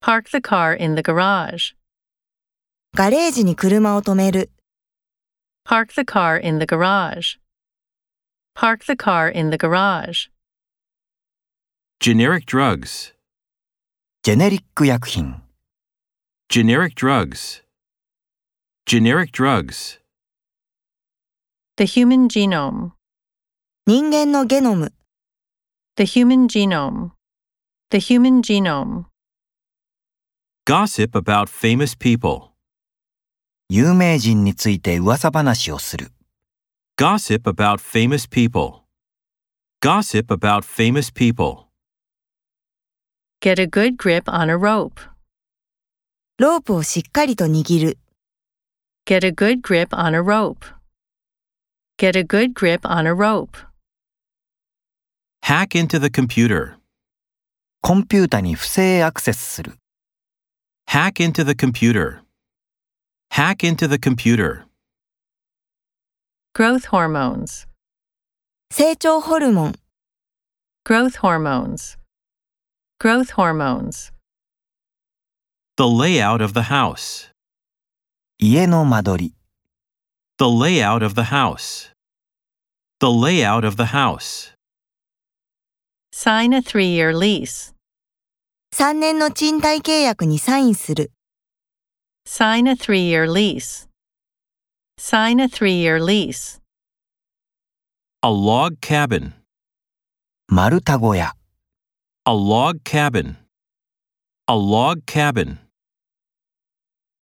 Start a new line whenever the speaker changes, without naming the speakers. Park the car in the garage.
ガレージに車を止める、
Park the car in the garage. Park the car in the garage.
Generic drugs.
ジェネリック薬品、
Generic drugs. Generic drugs.
The human genome.
人間のゲノム、
The human genome. The human genome.
Gossip about famous people.
有名人について噂話をする。
Gossip about famous people. Gossip about famous people.
Get a good grip on a rope.
ロープをしっかりと握る、
Get a good grip on a rope. Get a good grip on a rope.
Hack into the computer.
コンピュータに不正アクセスする。
Hack into the computer. Hack into the computer.
Growth hormones.
成長ホルモン、
Growth hormones. Growth hormones.
The layout of the house.
家の間取り、
The layout of the house. The layout of the house.
Sign a three year lease.
3年の賃貸契約にサインする、
Sign a three year lease. Sign a three year lease.
A log cabin.
丸太小屋。
A log cabin. A log cabin.